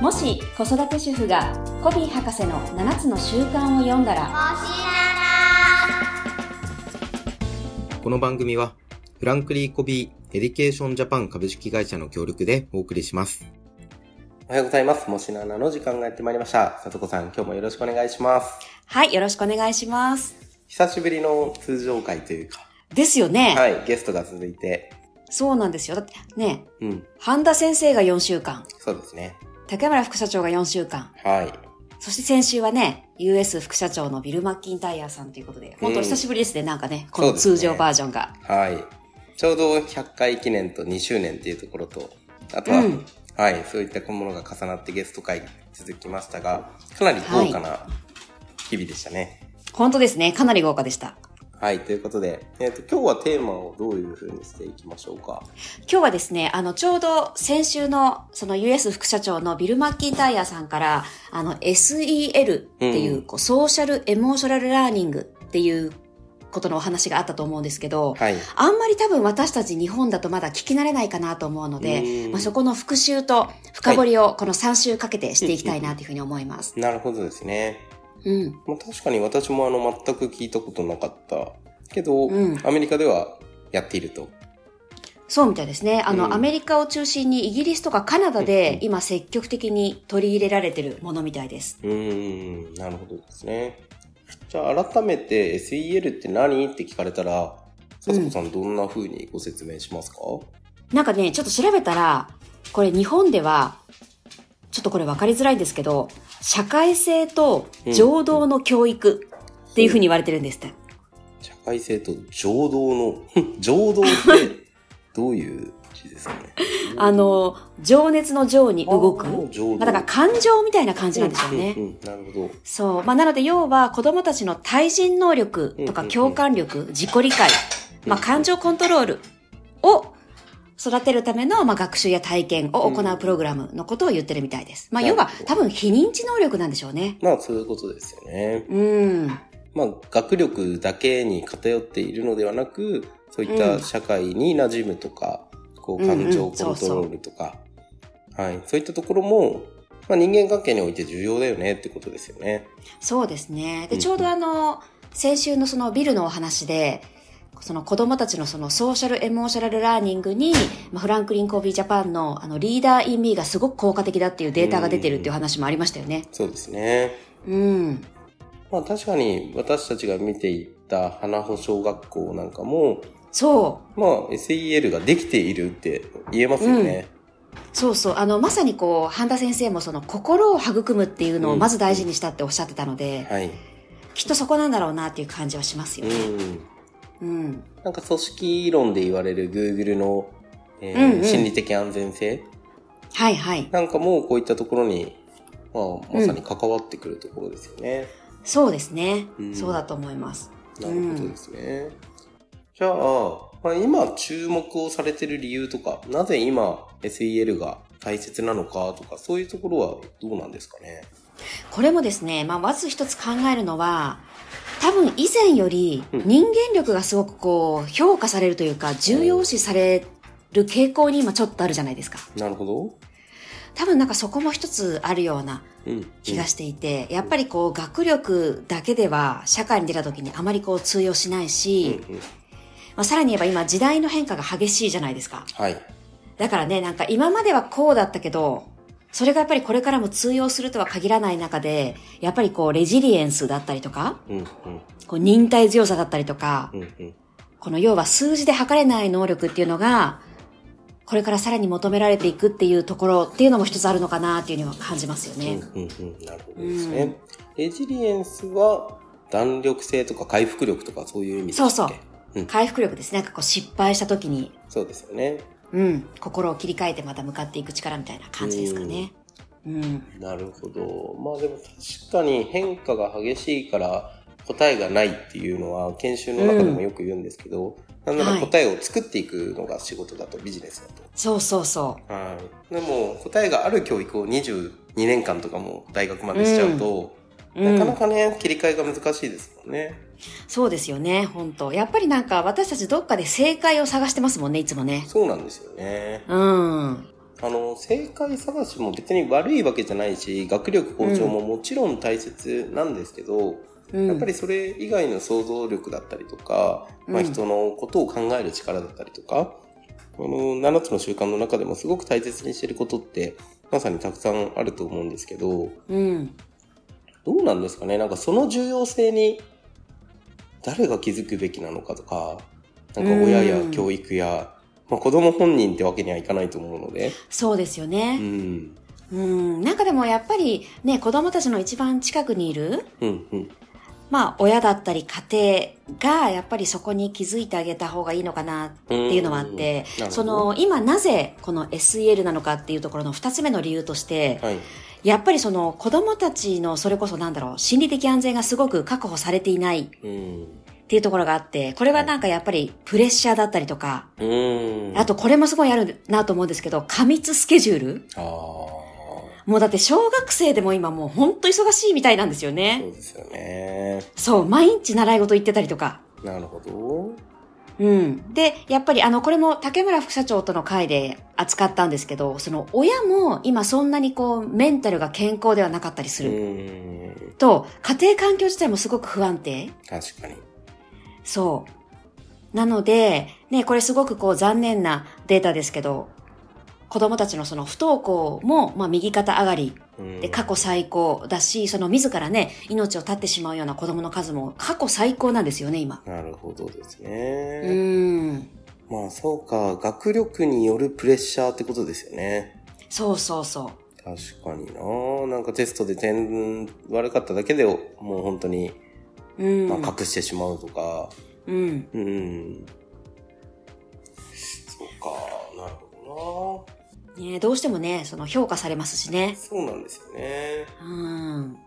もし子育て主婦がコビー博士の7つの習慣を読んだらこの番組は、フランクリー・コビー・エディケーション・ジャパン株式会社の協力でお送りします。おはようございます。もしななの時間がやってまいりました。さとこさん、今日もよろしくお願いします。はいよろしくお願いします久しぶりの通常会というか、ですよね、はい、ゲストが続いて、そうなんですよだってねうん、半田先生が4週間そうですね。竹村副社長が4週間はい。そして先週はね US 副社長のビル・マッキンタイヤーさんということで本当久しぶりですね、なんかねこのそう通ですね常バージョンがはい。ちょうど100回記念と2周年っていうところと、あとは、うんはい、そういったものが重なってゲスト会が続きましたが、かなり豪華な日々でしたね。本当ですねかなり豪華でしたはい、ということで、えっ、と、今日はテーマをどういうふうにしていきましょうか。今日はですね、あの、ちょうど先週の、その US 副社長のビル・マッキンタイヤーさんから、あの、SEL っていう、うんこう、ソーシャル・エモーショナル・ラーニングっていうことのお話があったと思うんですけど、はい。あんまり多分私たち日本だとまだ聞き慣れないかなと思うのでう、んまあ、そこの復習と深掘りをこの3週かけてしていきたいなというふうに思います。なるほどですね。うん。まあ、確かに私もあの、全く聞いたことなかった。けど、うんアメリカではやっていると。そうみたいですね。あの、うんアメリカを中心にイギリスとかカナダうんでうん今積極的に取り入れられてるものみたいです。うーん、なるほどですね。じゃあ、改めて SEL って何って聞かれたら、さつこさんどんなふうにご説明しますか、なんかね、ちょっと調べたら、これ日本では、ちょっとこれ分かりづらいんですけど、社会性と情動の教育っていうふうに言われてるんですって。社会性と情動の、 情動ってどういう字ですかね あ、の、情熱の情に動く。あー情動。まあだから感情みたいな感じなんでしょううね。んうんうんなるほど。そう。まあなので要は子供たちの対人能力とうかんうんうん共感力、自己理解、まあ感情コントロールを育てるための、まあ、学習や体験を行うプログラムのことを言ってるみたいです。まあ要は多分非認知能力なんでしょうね。まあそういうことですよね。うん。まあ学力だけに偏っているのではなく、そういっうんた社会に馴染むとか、こううんうん感情コントロールとか、はい、そういったところも、まあ、人間関係において重要だよねってことですよね。そうですね。うで、んちょうどあの、先週のそのビルのお話で、その子供たちのそのソーシャルエモーショナルラーニングに、まあフランクリン・コービー・ジャパンのあのリーダー・イン・ミーがすごく効果的だっていうデータが出てるっていう話もありましたよね。そうですね。うん。まあ確かに私たちが見ていた花穂小学校なんかも、そう。まあ SEL ができているって言えますよね。そうそう。あの、まさにこう、半田先生もその心を育むっていうのをまず大事にしたっておっしゃってたので、はい。きっとそこなんだろうなっていう感じはしますようね。ん。うん。なんか組織論で言われる Google の、えうーんうん心理的安全性はいはい。なんかもこういったところに、まあ、まさに関わってくるところですよね。そうですね。うんそうだと思います。なるほどですね。じゃあ、まあ、今注目をされてる理由とか、なぜ今 SEL が大切なのかとか、そういうところはどうなんですかね。これもですね、まあ、まず一つ考えるのは、多分以前よりうん人間力がすごくこう、評価されるというか、重要視される傾向に今ちょっとあるじゃないですか。なるほど。多分なんかそこも一つあるようなうん。気がしていて、やっぱりこう、学力だけでは社会に出た時にあまりこう通用しないうんし、うんうんまあ、さらに言えば今時代の変化が激しいじゃないですか。はい。だからね、なんか今まではこうだったけど、それがやっぱりこれからも通用するとは限らない中で、やっぱりこう、レジリエンスだったりとか、うんうんこう忍耐強さだったりとか、うんうん。この要は数字で測れない能力っていうのが、これからさらに求められていくっていうところっていうのも一つあるのかなっていうのは感じますようんね。うんうん。なるほどですうんね。レジリエンスは弾力性とか回復力とかそういう意味ですそっうけそう。うん回復力ですね。なんかこう失敗した時に、そうですよね。うん、心を切り替えてまた向かっていく力みたいな感じですかね。うん。なるほど。まあでも確かに変化が激しいから答えがないっていうのは研修の中でもよく言うんですけど、なんなはらい答えを作っていくのが仕事だと、ビジネスだと。そうそうそはい。でも答えがある教育を22年間とかも大学までしちゃうと、う。うんなかなかね、切り替えが難しいですもんね。そうですよね、本当やっぱりなんか私たちどっかで正解を探してますもんね、いつもね。そうなんですよね。うん。あの、正解探しも別に悪いわけじゃないし、学力向上ももちろん大切なんですけど、うんやっぱりそれ以外の想像力だったりとか、まあ、うん人のことを考える力だったりとか、あの7つの習慣の中でもすごく大切にしてることってまさにたくさんあると思うんですけどうん。どうなんですかねなんかその重要性に誰が気づくべきなのかとかなんか親やうん教育や、まあ、子供本人ってわけにはいかないと思う ので。そうですようね。んうん。なんかでもやっぱりね、子供たちの一番近くにいる、うんうんまあ親だったり家庭がやっぱりそこに気づいてあげた方がいいのかなっていうのもあって、うんなるほどその今なぜこの SEL なのかっていうところの2つ目の理由として、はいやっぱりその子供たちのそれこそなんだろう、心理的安全がすごく確保されていないうんっていうところがあって、これはなんかやっぱりプレッシャーだったりとか、うんあとこれもすごいあるなと思うんですけど、過密スケジュールあもうだって小学生でも今もうほんと忙しいみたいなんですよあねそ。うですよねそう、毎日習い事行ってたりとか。なるほどうん。で、やっぱりあの、これも竹村副社長との会で扱ったんですけど、その親も今そんなにこう、メンタルが健康ではなかったりすうる。んと、家庭環境自体もすごく不安定。確かにそう。なので、ね、これすごくこう残念なデータですけど、子供たちのその不登校も、まあ右肩上がりうんで過去最高だし、その自らね、命を絶ってしまうような子供の数も過去最高なんですよね、今。なるほどですうね、ーん。まあそうか学力によるプレッシャーってことですよねそうそうそ確かにななんかテストで点悪かっただけでもう本当に、う。うん。まあ、隠してしまうとかうん。うん、そうかなるほどなね、どうしてもね、その評価されますしね。そうなんですよねうん。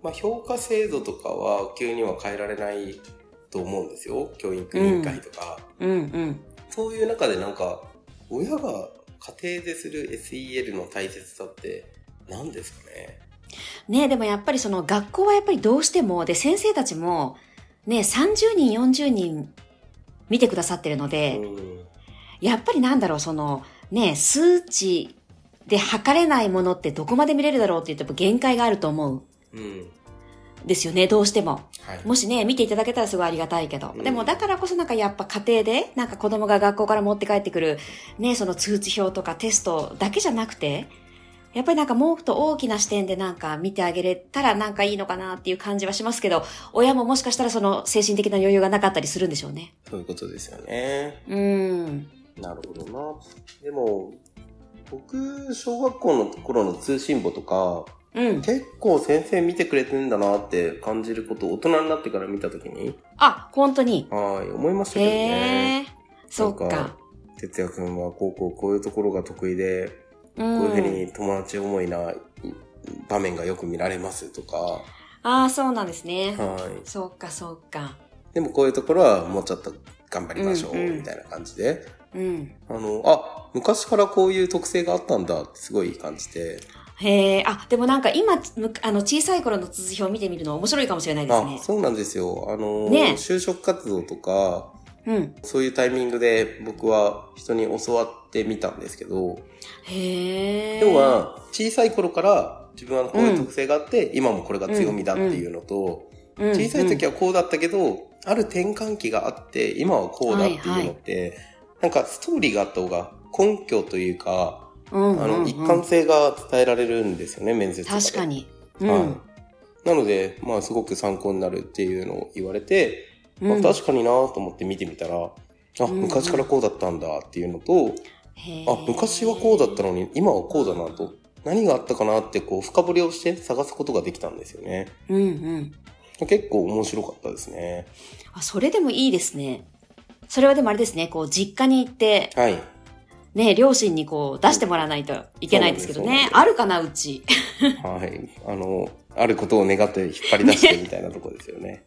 まあ、評価制度とかは急には変えられないと思うんですよ教育委員会とか、うんうん。そういう中でなんか親が家庭でする SEL の大切さって何ですかねねでもやっぱりその学校はやっぱりどうしても、で、先生たちも、ね、30人、40人見てくださってるので、うんやっぱりなんだろう、その、ね、数値で測れないものってどこまで見れるだろうって言っても限界があると思う。うんですよね、どうしても。はいもしね、見ていただけたらすごいありがたいけど。うんでもだからこそなんかやっぱ家庭で、なんか子供が学校から持って帰ってくる、ね、その通知表とかテストだけじゃなくて、やっぱりなんかもっと大きな視点でなんか見てあげれたらなんかいいのかなっていう感じはしますけど、親ももしかしたらその精神的な余裕がなかったりするんでしょうね。そういうことですよねうん。なるほどなでも僕小学校の頃の通信簿とかうん。結構先生見てくれてんだなって感じることを大人になってから見た時にあ、本当に。はい思いましたけどねへえ。そっなんか。哲也君はこうこうこういうところが得意でう。こういうふうんに友達思いな場面がよく見られますとか、ああ、そうなんですね。はい。そっか、そっか。でもこういうところはもうちょっと頑張りましょううんうんみたいな感じで、うん。あの、あ、昔からこういう特性があったんだってすごい感じて、へえ、あ、でもなんか今、むあの、小さい頃の続き表を見てみるの面白いかもしれないですあね、。そうなんですよ。あの、ね就職活動とか、うん。そういうタイミングで僕は人に教わってみたんですけど、へえ。要、は小さい頃から自分はこういう特性があって、今もこれが強みだっていうのと、小さい時は、はこうだったけど、ある転換期があって今はこうだっていうのって、なんかストーリーがあった方が根拠というか、うんうんうん、あの一貫性が伝えられるんですよね面接とかで確か、に。うん。はい、なのでまあすごく参考になるっていうのを言われて、うんまあ、確かになと思って見てみたら、あうん昔からこうだったんだっていうのと、へえあ昔はこうだったのに今はこうだなと何があったかなってこう深掘りをして探すことができたんですよねうんうん。結構面白かったですねあ、それでもいいですね。それはでもあれですね、こう、実家に行って、はいね、両親にこう、出してもらわないといけないですけどそうなんでねす。そうあるかな、うち。 はい。あの、あることを願って引っ張り出してみたいなとこです よね。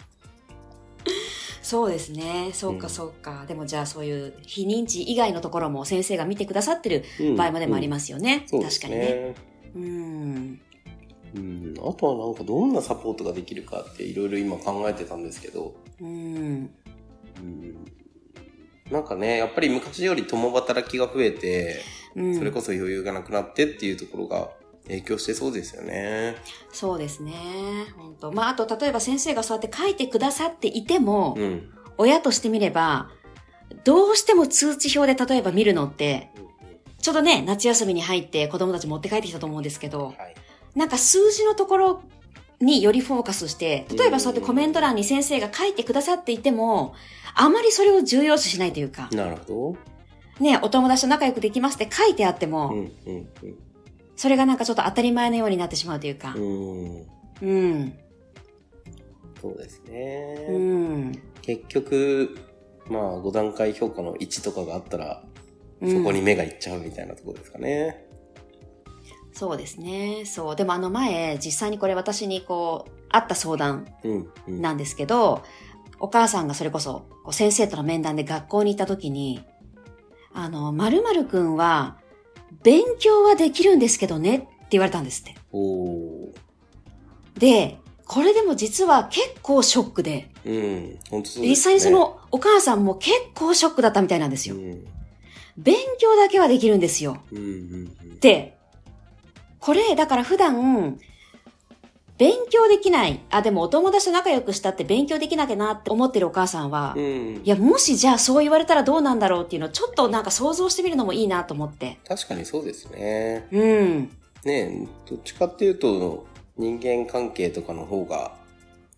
そうですね。そううか、んそうか。でもじゃあ、そういう非認知以外のところも先生が見てくださってるうん場合までもありますよね。うんそうで確すかにね。ね。うん。うん。あとはなんかどんなサポートができるかっていろいろ今考えてたんですけど、うん。うん。なんかね、やっぱり昔より共働きが増えて、うんそれこそ余裕がなくなってっていうところが影響してそうですよね。そうですね。本当まあ、あと、例えば先生がそうやって書いてくださっていても、うん。親としてみれば、どうしても通知表で例えば見るのって、ちょうどね、夏休みに入って子供たち持って帰ってきたと思うんですけど、はい。なんか数字のところによりフォーカスして、例えばそうやってコメント欄に先生が書いてくださっていても、あまりそれを重要視しないというか、なるほね、お友達と仲良くできますって書いてあってど。うも、んうんそれがなんかちょっと当たり前のようになってしまうというかう、ん。うん。うん、そうですうね。ん、結局、まあ5段階評価の1とかがあったら、うんそこに目がいっちゃうみたいなところですかね。そうですね。そう。でもあの前、実際にこれ私にこう、あった相談うんうん。なんですけど、お母さんがそれこそ、こう先生との面談で学校に行った時に、あの、〇〇くんは、勉強はできるんですけどねって言われたんですって。おー。で、これでも実は結構ショックで、うん。本当そうですね。実際にそのお母さんも結構ショックだったみたいなんですうよ。ん。勉強だけはできるんですよ。うんうんうん。で、これ、だから普段、勉強できない。あ、でもお友達と仲良くしたって勉強できなきゃなって思ってるお母さんはう、んいや、もしじゃあそう言われたらどうなんだろうっていうのをちょっとなんか想像してみるのもいいなと思って。確かにそうですね。うん。ねえどっちかっていうと、人間関係とかの方が、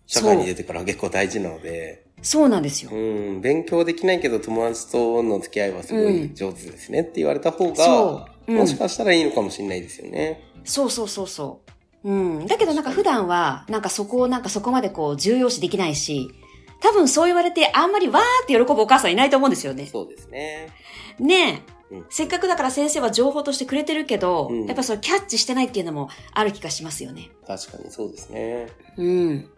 社会に出てから結構大事なので、そうなんですよう。ん、勉強できないけど友達との付き合いはすごういん上手ですねって言われた方がそ、う。うもん。しかしたらいいのかもしれないですよね。そうそうそうそう。うん。だけどなんか普段は、なんかそこをなんかそこまでこう重要視できないし、多分そう言われてあんまりわーって喜ぶお母さんいないと思うんですよね。そうですね。ねえ、うんせっかくだから先生は情報としてくれてるけど、うんやっぱそれキャッチしてないっていうのもある気がしますよね。確かにそうですね。うん。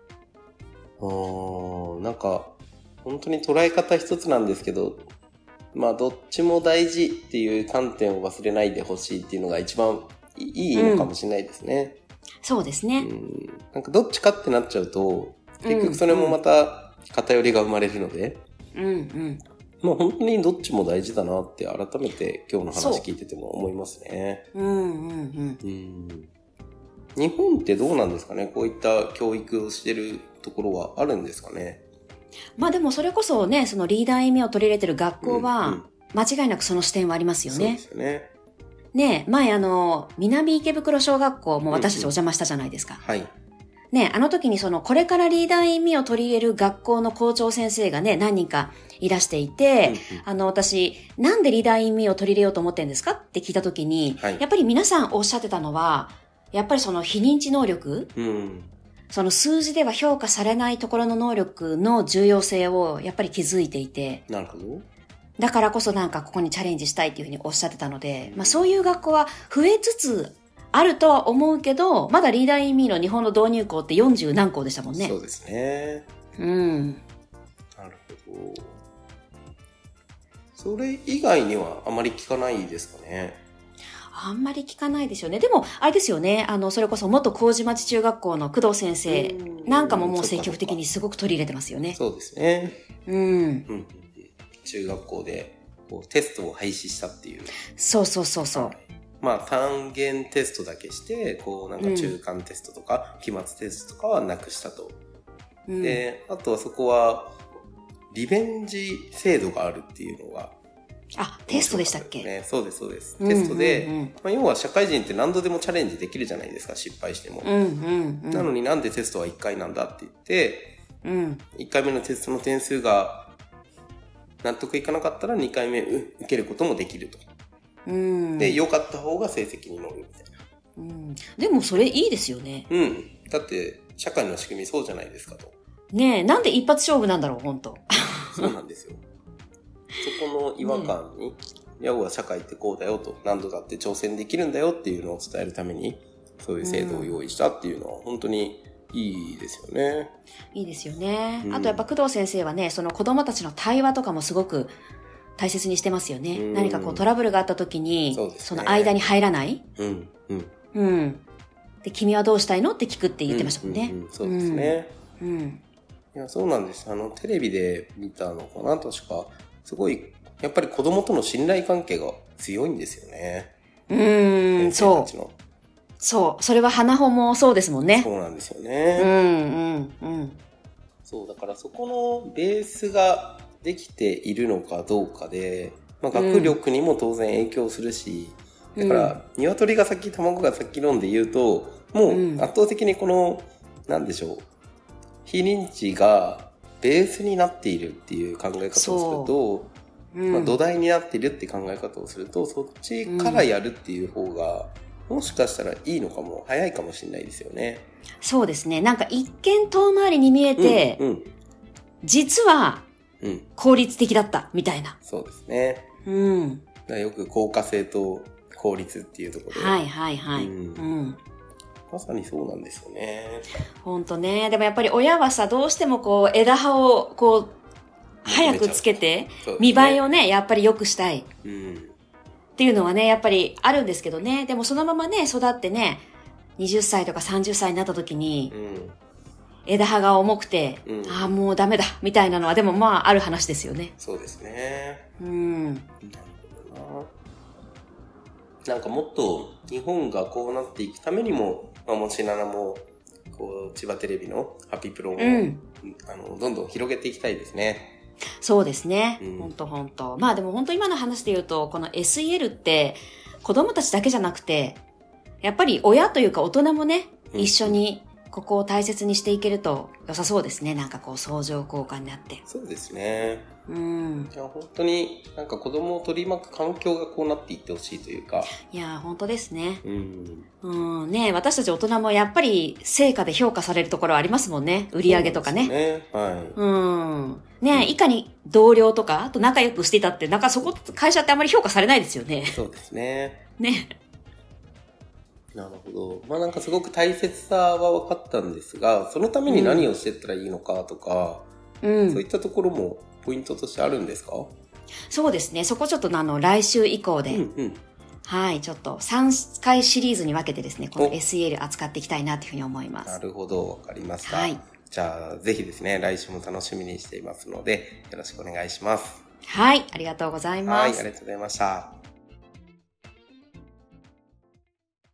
うーん、なんか、本当に捉え方一つなんですけど、まあ、どっちも大事っていう観点を忘れないでほしいっていうのが一番いいのかもしれないですね。そうですうね。ん、なんかどっちかってなっちゃうと、うん結局それもまた偏りが生まれるので、うんうん。まあ本当にどっちも大事だなって改めて今日の話聞いてても思いますね。うんうんうん。うん。日本ってどうなんですかねこういった教育をしてるところはあるんですかねまあでもそれこそね、そのリーダー意味を取り入れてる学校うんうんは、間違いなくその視点はありますよそうでね。すよね。ねえ、前あの、南池袋小学校も私たちうんお邪魔したじゃないですか。はい。ねえ、あの時にその、これからリーダー意味を取り入れる学校の校長先生がね、何人かいらしていて、うんうんあの、私、なんでリーダー意味を取り入れようと思ってんですかって聞いたときに、はいやっぱり皆さんおっしゃってたのは、やっぱりその非認知能力、うん。その数字では評価されないところの能力の重要性をやっぱり気づいていて、なるほど。だからこそなんかここにチャレンジしたいっていうふうにおっしゃってたので、まあそういう学校は増えつつあるとは思うけど、まだリーダー意味の日本の導入校って40何校でしたもんねそ。うですね。うん。なるほど。それ以外にはあまり聞かないですかね。あんまり聞かないですよね。でも、あれですよね。あの、それこそ元麹町中学校の工藤先生うんなんかももう積極的にすごく取り入れてますよね。そうですね。うん。うんうんうん中学校でこうテストを廃止したっていう。そうそうそうそう。まあ単元テストだけして、こうなんか中間テストとか、期末テストとかはなくしたと。うん、で、あとはそこは、リベンジ制度があるっていうのが、あ、テストでしたっけ、ね、そうです、そうです。テストで、まあ、要は社会人って何度でもチャレンジできるじゃないですか、失敗しても。うんうんうん。うんうん、なのに。になんでテストは1回なんだって言って、うん。 1回目のテストの点数が納得いかなかったら2回目う受けることもできると。うん。で、良かった方が成績に乗るみたいうな。ん。でもそれいいですよね。うん。だって、社会の仕組みそうじゃないですかと。ねえ、なんで一発勝負なんだろう、本当 そうなんですよ。そこの違和感に、要は社会ってこうだよと、何度だって挑戦できるんだよっていうのを伝えるために、そういう制度を用意したっていうのは本当にいいですよね。いいですよね。うんあとやっぱ工藤先生はね、その子供たちの対話とかもすごく大切にしてますよね。うん何かこうトラブルがあった時に、そうですねの間に入らないうん。うん。うん。で、君はどうしたいのって聞くって言ってましたもんうねう。うんそうですね。うん。いや、そうなんです。あの、テレビで見たのかな、確か。すごい、やっぱり子供との信頼関係が強いんですよね。うーん、先生そたちう。の。そう。それは花穂もそうですもんね。そうなんですよね。うん、うん、うん。そう、だからそこのベースができているのかどうかで、まあ、うん学力にも当然影響するし、だから、鶏が先、卵が先論で言うと、もううん圧倒的にこの、なんでしょう、非認知がベースになっているっていう考え方をすると、うん、うんまあ、土台になってるって考え方をすると、そっちからやるっていう方が、もしかしたらいいのかも、早いかもしれないですよね。そうですね。なんか一見遠回りに見えて、うん、うん、実はうん、効率的だった、みたいな。そうですね。うん。だからよく効果性と効率っていうところで、はい、はい、はい。うんうんまさにそうなんですよね。ほんとね。でもやっぱり親はさ、どうしてもこう、枝葉をこう、早くつけて、そうですね見栄えをね、やっぱり良くしたいっうん、ていうのはね、やっぱりあるんですけどね。でもそのままね、育ってね、20歳とか30歳になった時にう、ん、枝葉が重くて、うんああ、もうダメだ、みたいなのは、でもまあ、ある話ですよね。そうですね。うん。なるほどな。なんかもっと日本がこうなっていくためにも、まあ、もちななも、こう、千葉テレビのハピプロも、うん。あの、どんどん広げていきたいですね。そうですねうん。ほんとほんと。まあでも本当今の話で言うと、この SEL って、子供たちだけじゃなくて、やっぱり親というか大人もね、うん一緒にここを大切にしていけると良さそうですね。なんかこう相乗効果になって。そうですね。うん。いや、本当になんか子供を取り巻く環境がこうなっていってほしいというか、いやー、本当ですね。うん。うん。ね私たち大人もやっぱり成果で評価されるところありますもんね。売り上げとかねそう。ですねはい。うん。うんねいかに同僚とか、あと仲良くしてたって、なんかそこ、会社ってあんまり評価されないですよね。 そうですね。ね。なるほど。まあなんかすごく大切さは分かったんですが、そのために何をしてったらいいのかとか、うそういん。ったところもポイントとしてあるんですかそうですね。そこちょっとあの、来週以降で、うんうん。はい、ちょっと3回シリーズに分けてですね、このお SEL 扱っていきたいなというふうに思いまなす。るほど。分かりました。はい。じゃあ、ぜひですね、来週も楽しみにしていますので、よろしくお願いします。はい、ありがとうございはまい、あす。りがとうございました。